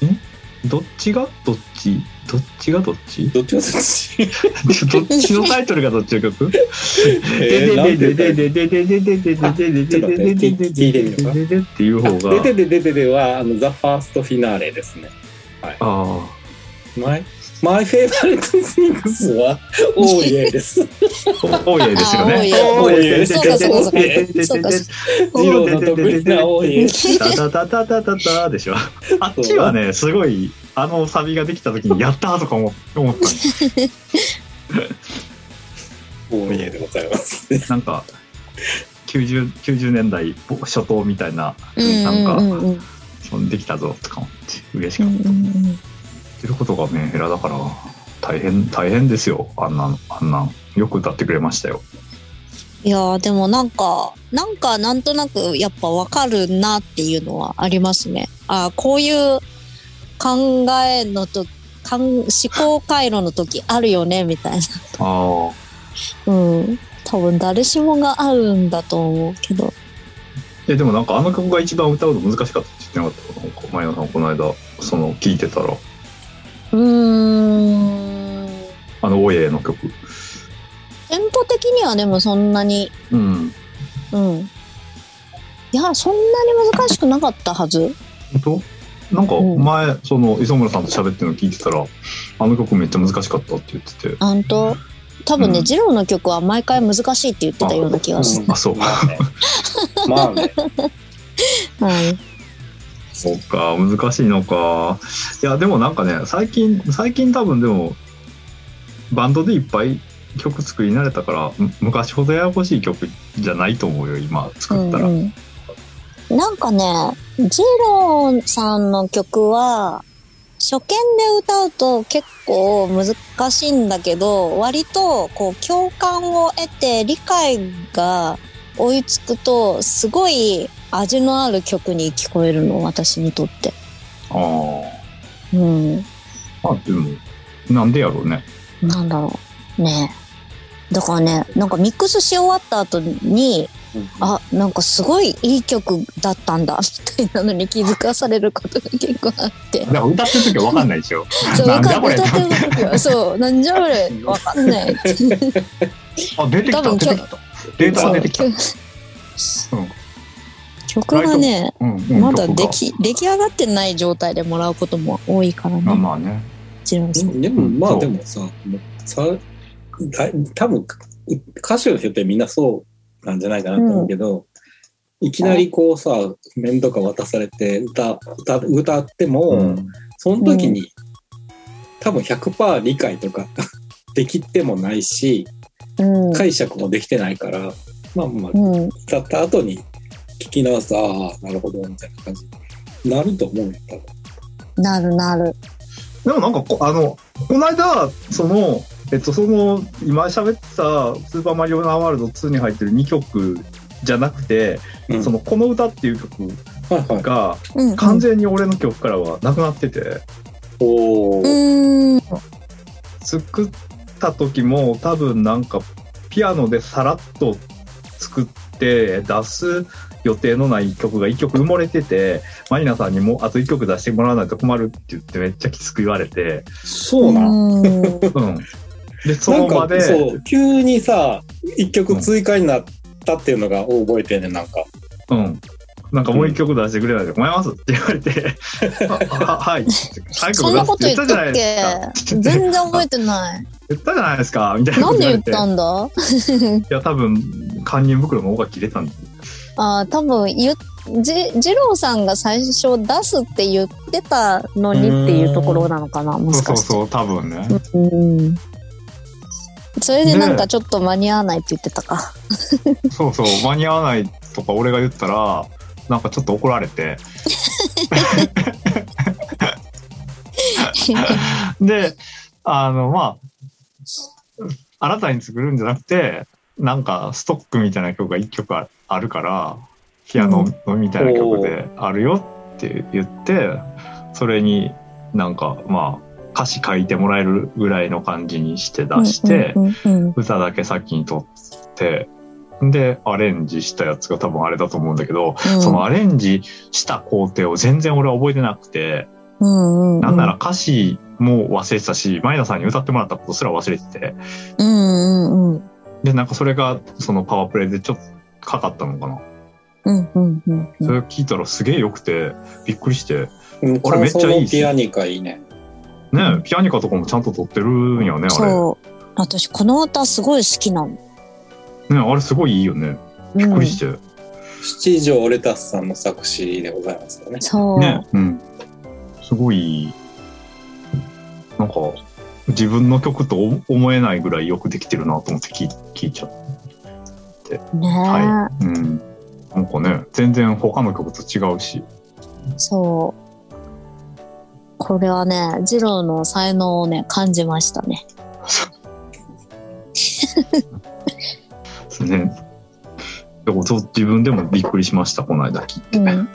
どっちがどっちどっちがどっち
どっちがそっち
どっちのタイトルがどっちの曲
えーなんでだよ
っていう方が
でででででではあのザ・ファーストフィナーレですね
あ
マイマイフェイバリットスニンクスはオーイエーです
あ多いですよね
ジローの得意なオーイエー
タタタタタタでしょあっちはねすごいあのサビができた時にやったーとか思思った
オーイエーでございます
なんか 90, 90年代初頭みたいな
うん
な
うん
か
んうん
そんできたぞとか思って嬉し
う
かった
んうん
ってることがメンヘラだから大変大変ですよあんなんあんなんよく歌ってくれましたよ
いやーでもなんかなんかなんとなくやっぱわかるなっていうのはありますね。あーこういう考えのとかん思考回路の時あるよねみたい
ああ
な。うん多分誰しもがあるんだと思うけど。
えでもなんかあの曲が一番歌うの難しかったって言ってなかったなんか前野さんこの間その聞いてたら
うーん
あの「オエ」の曲
テンポ的にはでもそんなに
うん
うんいやそんなに難しくなかったはず。
本当なんか
うん
前、その磯村さんと喋ってるの聞いてたらあの曲めっちゃ難しかったって言ってて
あんと多分ね、
うん
ジローの曲は毎回難しいって言ってたような気がする。
あそう
まあねまあね
はい
そうか難しいのかいやでもなんかね最近最近多分でもバンドでいっぱい曲作り慣れたからむ昔ほどややこしい曲じゃないと思うよ今作ったら、
うんうん、なんかねジローさんの曲は初見で歌うと結構難しいんだけど割とこう共感を得て理解が追いつくとすごい味のある曲に聞こえるの私にとって。
ああ
うん、
まあでもなんでやろうね
なんだろう。ねえだからね、なんかミックスし終わった後に、あ、なんかすごいいい曲だったんだ、 みたいなのに気づかされることが結構あって
だ。から歌ってる時は分かんないでしょ
そう、
なん
歌
だこ
歌
れ
ってる時は、そう、なんじゃこれ、わかん ない。
あ出てきた
多分
出てきたデータが出てきた、
そう
うん
曲がね、
うんうん、
まだ
曲が
でき出来上がってない状態でもらうことも多いからね。
まあ
も
まあね
ちろんそう
でも、ま
そ
あ
う
でもさ、もうさだ多分歌手の人ってみんなそうなんじゃないかなと思うけど、いきなりこうさ、面とか渡されて歌、歌、歌っても、
うん
その時に、多分100%理解とか できてもないし、
うん
解釈もできてないから、まあまあ、
うん、
歌った後に聞き直すと、ああ、なるほど、みたいな感じになると思うよ、多分。
なるなる。
でもなんかこあのこの間そのえっとその今喋ってた「スーパーマリオナワールド2」に入ってる2曲じゃなくて、
うん
その「この歌」っていう曲
はいはい。
が
うん、うん
完全に俺の曲からはなくなってて
おー
うーん。
作った時も多分なんかピアノでさらっと作って出す予定のない曲が1曲埋もれててマリナさんにもあと1曲出してもらわないと困るって言ってめっちゃきつく言われて、
そうなん
うん
うん、でその場で
なんかそう急にさ一曲追加になったっていうのが覚えてんねんなんか
うん。なんかもう一曲出してくれないで困りますって言われて、あは はい。早く
そんなこと
出
言
す
っ
って言ったじ
た
ゃな
っ
い
け
ですか。
全然覚えて ない。
言ったじゃないですかみたいな
な
こ
ん
と
で言
言われ。
ってたんだ
いや、多分、堪忍袋の方が切れたんで。
あー多分ゆじ、二郎さんが最初出すって言ってたのにっていうところなのかな、もしかして。
う、多分ね。
うん。それでなんかちょっと間に合わないって言ってたか。
そうそう、間に合わないとか俺が言ったら、なんかちょっと怒ら れて。で、あの、まあ、新たに作るんじゃなくて、なんかストックみたいな曲が1曲ああるから、ピアノみたいな曲であるよって言って、それになんかまあ、歌詞書いてもらえるぐらいの感じにして出して
う、んうんうん
歌だけ先に撮って、で、アレンジしたやつが多分あれだと思うんだけど、そのアレンジした工程を全然俺は覚えてなくて、
うん、
なんなら歌詞も忘れてたし、マイナさんに歌ってもらったことすら忘れてて、
うんうんうん
で、なんかそれがそのパワープレイでちょっとかかったのかな。
うんうんうんう
そ
ん
れを聞いたらすげえ良くて、びっくりして、
うん
これめっちゃいいっす
ピアニカいいね
ねえピアニカとかもちゃんと撮ってるんやね、あれ。ね
そう私この歌すごい好きなの、
えあれすごいいいよね。びっくりして。
七条レタスさんの作詞でございますよね
そう、
ね、うん。すごい、なんか、自分の曲と思思えないぐらいよくできてるなと思って聞い聞いちゃう。
ね
はい。うん。なんかね、全然他の曲と違うし。
そうこれはね二郎の才能をね感じましたね
ですね。でもそう自分でもびっくりしました、この間聞いて。
うん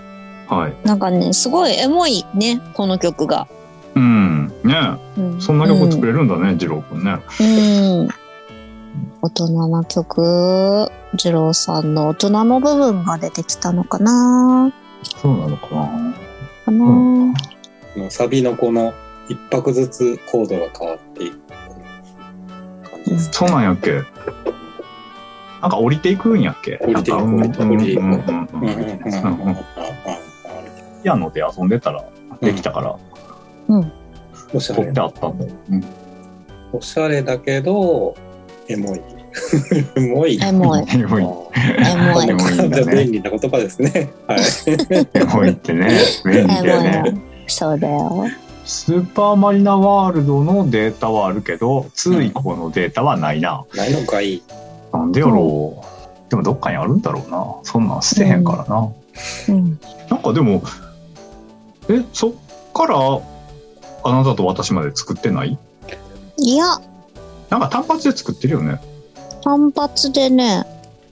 はい。
なんかねすごいエモいねこの曲が、
うん。ね
う
そんな曲作れるんだね、二郎くんね。
うん、うん大人な曲二郎さんの大人の部分が出てきたのかな
そうなのかな。
かな、
う
あのサビのこの一拍ずつコードが変わっていく感じです
そうなんやっけなんか降りていくんやっけ
降りていく
なんかうん
降りていく
うんうんうん
うんうんうんうん
うんうんピアノで遊んでたらできたから、
おしゃ
取っ
れ
てあったの、うん
おしゃれだけどエモい エモい
エモい
エモい
エモい
エモいんだね
便利な言葉ですね はい
エモいって ね便利だよ
エ
ね
モいそうだよ
スーパーマリナワールドのデータはあるけど2以降のデータはないな、
ないのかいい
なんでやろうでもどっかにあるんだろうなそんなん捨てへんからな、
うん
なんかでもえそっからあなたと私まで作ってない
いや
なんか単発で作ってるよね
単発でね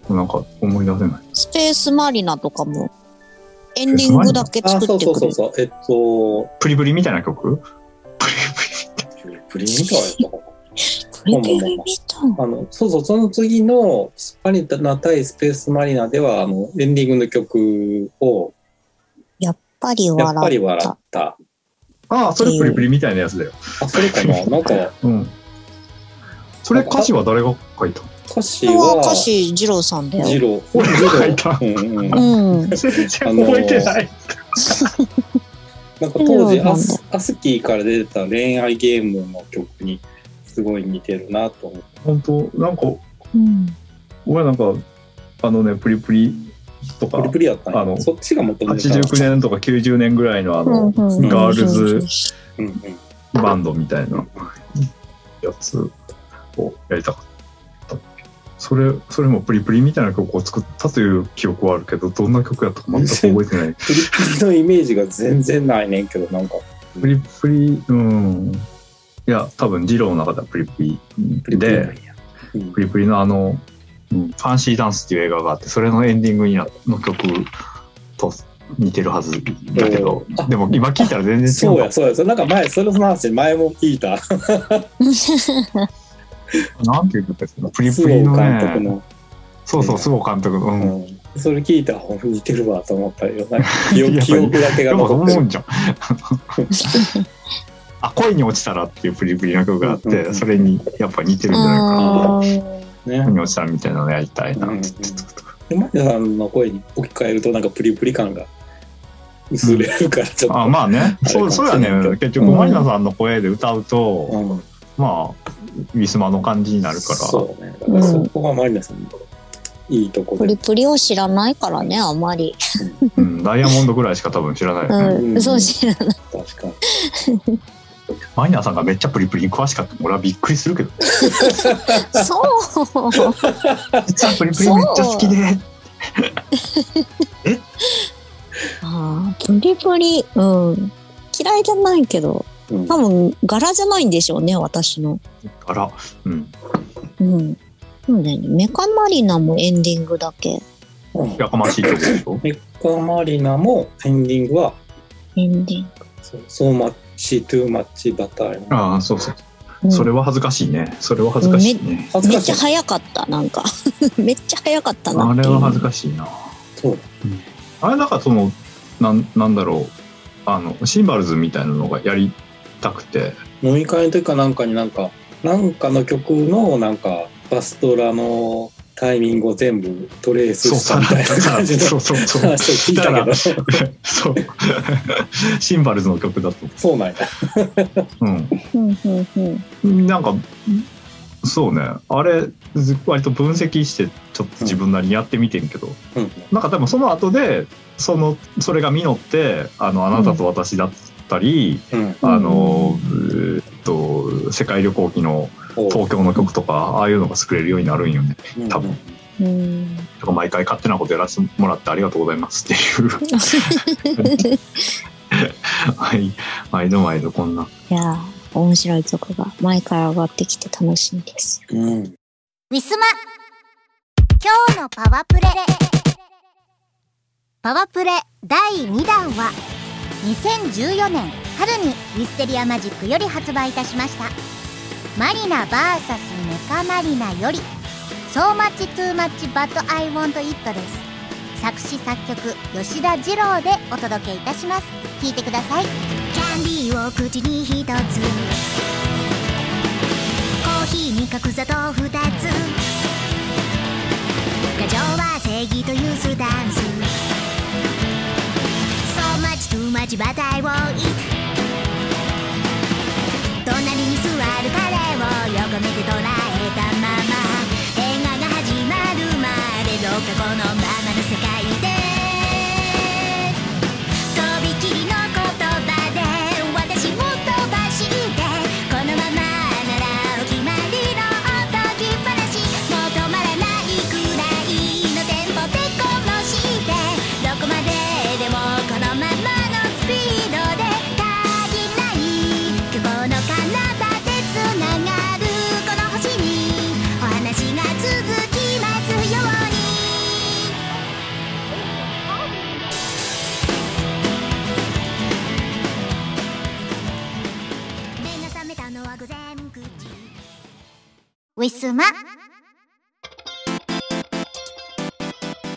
なんか思い出せない
スペースマリナとかもエンディングだけ
あ
作
そ
っ
う
て
そう
く
そ
れ
う
る
そうえっと
プリプリみたいな曲プリプリ
プリントはやったか
れて見たの
あのそうそうその次の「スパリナ対スペースマリナ」ではあのエンディングの曲を
やっぱり
「やっぱり
笑っ
笑
た。
った
ああ、それプリプリみたいなやつだよ。」
あそれかななんか
うん。それ歌詞は誰が書いた
歌詞
これは
は
歌詞二郎さんだ
二
よ。
郎
俺が書いた
二郎うんうん
うん。
全然。
覚えてないなんか当時
そうなんだ
アスアスキーから出てた恋愛ゲームの曲にすごい似てるなと思って
本当なんか、
うん。
俺なんか、あのね、プリプリとか
プリ、プリやった
あ
んや
の
そっちがもっと
89年とか90年ぐらいのあ
うん
の、
うん
ガールズ
うんうん、
バンドみたいなやつをやりたかった。それ、それもプリプリみたいな曲を作ったという記憶はあるけど、どんな曲やったか全く覚えてない。
プリプリのイメージが全然ないねんけどなんか
プリプリ、うん。いや、多分、ジローの中ではプリプリ
プリプリなん
で、
や、うん
プリプリのあの、うんファンシーダンスっていう映画があって、それのエンディングになの曲と似てるはずだけど
おーあ、
でも今聞いたら全然
そ
違う
うん
だ
や、そうや、それなんか前、それの話、前も聞いた、
なんていう曲ですかプリ
須
プリ
藤
の
監
ね、
督の、
そうそう、須藤監督の、うん。
うん、それ聞いたら、ほんと似てるわと思ったよ、なんか記
い
憶
や
記憶だけ
や
が
っぱそう
残
思
って
う
る。
んじゃん。 あ、恋に落ちたらっていうプリプリの曲があっ
うんうんう
て、
ん
それにやっぱ似てるんじゃないかな。
あ
ね
恋に落ちたらみたいなのやりたいなって
うんうん
言ってた
マリナさんの声に置き換えると、なんかプリプリ感が薄れるから、ちょっと。
あまあね、そうそうやね、結局、
うん
マリナさんの声で歌うと、
うん
まあ、ウィスマの感じになるから、
そうね。だからそこがマリナさんのいいとこ
プ
で
リ。プリを知らないからね、あまり。
うん、ダイヤモンドぐらいしか多分知らないよね。
うん。そう知らない。
確かに。
マリナさんがめっちゃプリプリに詳しかった俺はびっくりする けど、
そう。
実はプリプリめっちゃ好きで、
あープリプリ、うん。嫌いじゃないけど、
うん
多分柄じゃないんでしょうね、私の。
あら、うん。
うん。そうだよね。メカマリナもエンディングだけ。
うん
やかましい曲でしょ。
メッカマリナもエンディングは、
エンディン
そうそうマッチ、トゥーマッチ、バター。
ああ、そうそう。
グ。うん
それは恥ずかしいね。それは恥ずかしいね。
恥
め
ず
っ
かし
ちゃ
い。
早かった、なんか。 めっちゃ早かったな
あ
って
れ
いう。
は恥ずかしいな。
そう
あれなんかその、なんなんだろう、あの、シンバルズみたいなのがやりたくて、
飲み会の時かなんかになんか、なんかの曲のなんか、バスドラのタイミングを全部トレース
そう、
し
さ
た
ら
み
った
いな
た、
感じ
そ
の
うそうそう。
話を聞いたけど、
そう。 シンバルズの曲だと。
そうなんや。
うん。
うんうんうん。
なんかそうねあれず割と分析してちょっと自分なりにやってみてんけど、
うん
なんか多分その後でそのそれが実ってあのあなたと私だったり、
うん
あのうーっと世界旅行記の東京の曲とかああいうのが作れるようになるんよね多分
うん、
だから毎回勝手なことやらせてもらってありがとうございますって いうはい毎度毎度こんない
やー面白い曲が前から上がってきて楽しみです。
うん。
ウィスマ今日のパワープレパワープレ第2弾は2014年春にウィステリアマジックより発売いたしましたマリナ VS メカマリナより So much too much but I want it です作詞作曲吉田二郎でお届けいたします聞いてくださいキャンディーを口に一つコーヒーに角砂糖二つ過剰は正義というスタンス So much too much but I won't eat 隣に座る彼を横目で捉えたまま映画が始まるまでどうかこのままの世界でとびきりの言葉で私を飛ばしてこのままならお決まりのおとぎ話もう止まらないくらいのテンポでこぼしてどこまででもこのままのスピードで限らない希望の彼方ウィスマ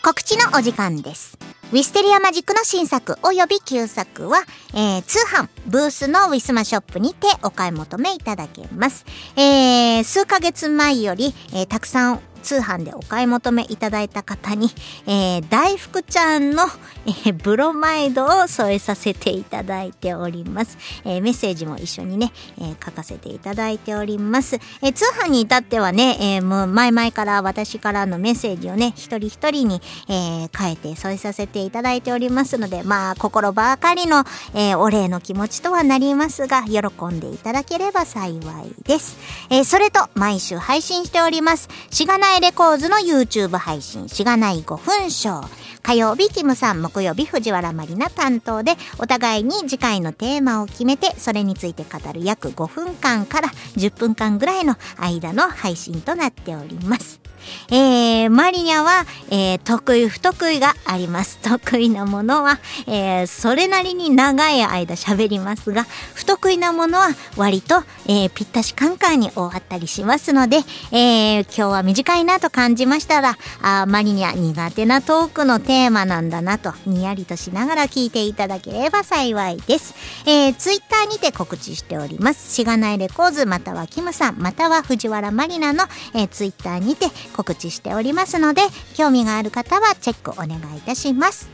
告知のお時間ですウィステリアマジックの新作および旧作は、えー通販ブースのウィスマショップにてお買い求めいただけます、えー数ヶ月前より、えーたくさん通販でお買い求めいただいた方に、えー大福ちゃんの、えーブロマイドを添えさせていただいております、えーメッセージも一緒にね、えー書かせていただいております、えー通販に至ってはね、えーもう前々から私からのメッセージをね一人一人に、えー変えて添えさせていただいておりますのでまあ心ばかりの、えーお礼の気持ちとはなりますが喜んでいただければ幸いです、えーそれと毎週配信しておりますしがないレコーズの YouTube 配信しがない5分ショー火曜日キムさん木曜日藤原まりな担当でお互いに次回のテーマを決めてそれについて語る約5分間から10分間ぐらいの間の配信となっておりますえー、マリニャは、えー得意不得意があります。 得意なものは、えーそれなりに長い間喋りますが、不得意なものは割と、えーぴったしカンカンに終わったりしますので、えー今日は短いなと感じましたら、あーマリニャ苦手なトークのテーマなんだなと、にやりとしながら聞いていただければ幸いです。えー、ツイッターにて告知しております。しがないレコーズ、またはキムさん、または藤原マリナの、えー、ツイッターにて告知しておりますので、興味がある方はチェックお願いいたします。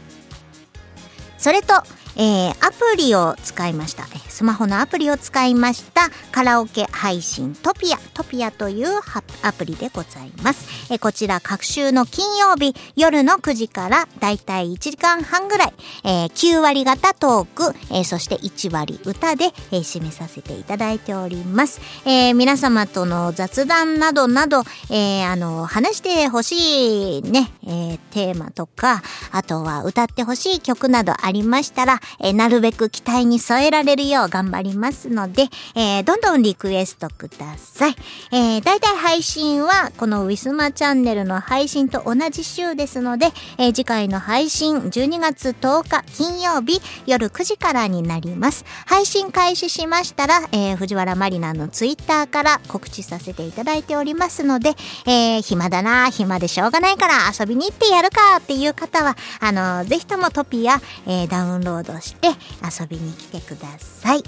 それと、えーアプリを使いました。えースマホのアプリを使いました。カラオケ配信トピア。トピアというハアプリでございます。えーこちら、各週の金曜日、夜の9時からだいたい1時間半ぐらい、えー9割型トーク、えーそして1割歌で、えー締めさせていただいております。えー皆様との雑談などなど、えーあの、話してほしいね、えーテーマとか、あとは歌ってほしい曲などありましたら、えーなるべく期待に添えられるよう頑張りますので、えーどんどんリクエストください。えー、大体配信は、このウィスマチャンネルの配信と同じ週ですので、えー次回の配信、12月10日金曜日夜9時からになります。配信開始しましたら、えー藤原まりなのツイッターから告知させていただいておりますので、えー暇だな、暇でしょうがないから遊びに行ってやるかっていう方は、あのーぜひともトピア、えーダウンロードして遊びに来てください。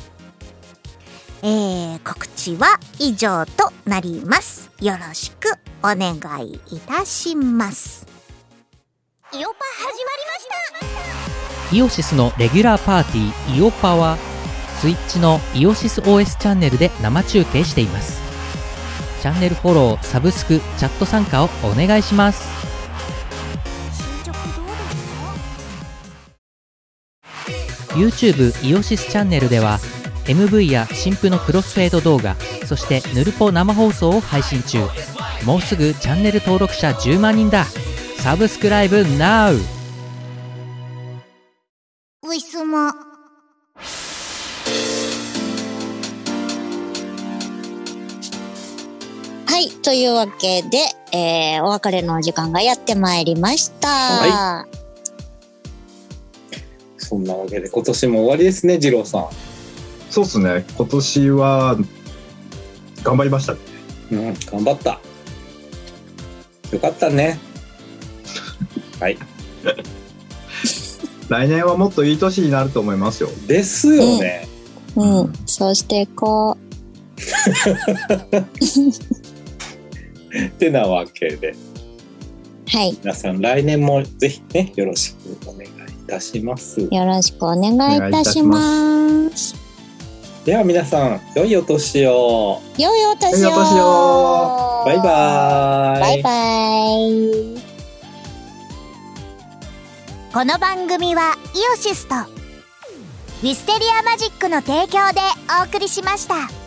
えー告知は以上となります。よろしくお願いいたします。イオパ始まりました
イオシスのレギュラーパーティーイオパはスイッチのイオシス OS チャンネルで生中継していますチャンネルフォローサブスクチャット参加をお願いします
進捗どうですか
YouTube イオシスチャンネルでは MV や新婦のクロスフェード動画そしてヌルポ生放送を配信中もうすぐチャンネル登録者10万人だサブスクライブ NOW!
ウィスマ
はい、というわけで、えーお別れのお時間がやってまいりました。
はそんなわけで今年も終わりですね、二郎さ
そうっすね今年は頑張りました
ん。うん、頑張った。よかったね。はい。
来年はもっといい年になると思いますよ
ですよね。
うん、そうしてこう。
ってなわけで、
はい、
皆さん来年もぜひね、よろしくお願いいたします。
よろしくお願いいたします。
では皆さん、良いお年を。
良いお年を。
良いお年を
バイバーイ。
バイバイ。
この番組はイオシスとウィステリアマジックの提供でお送りしました。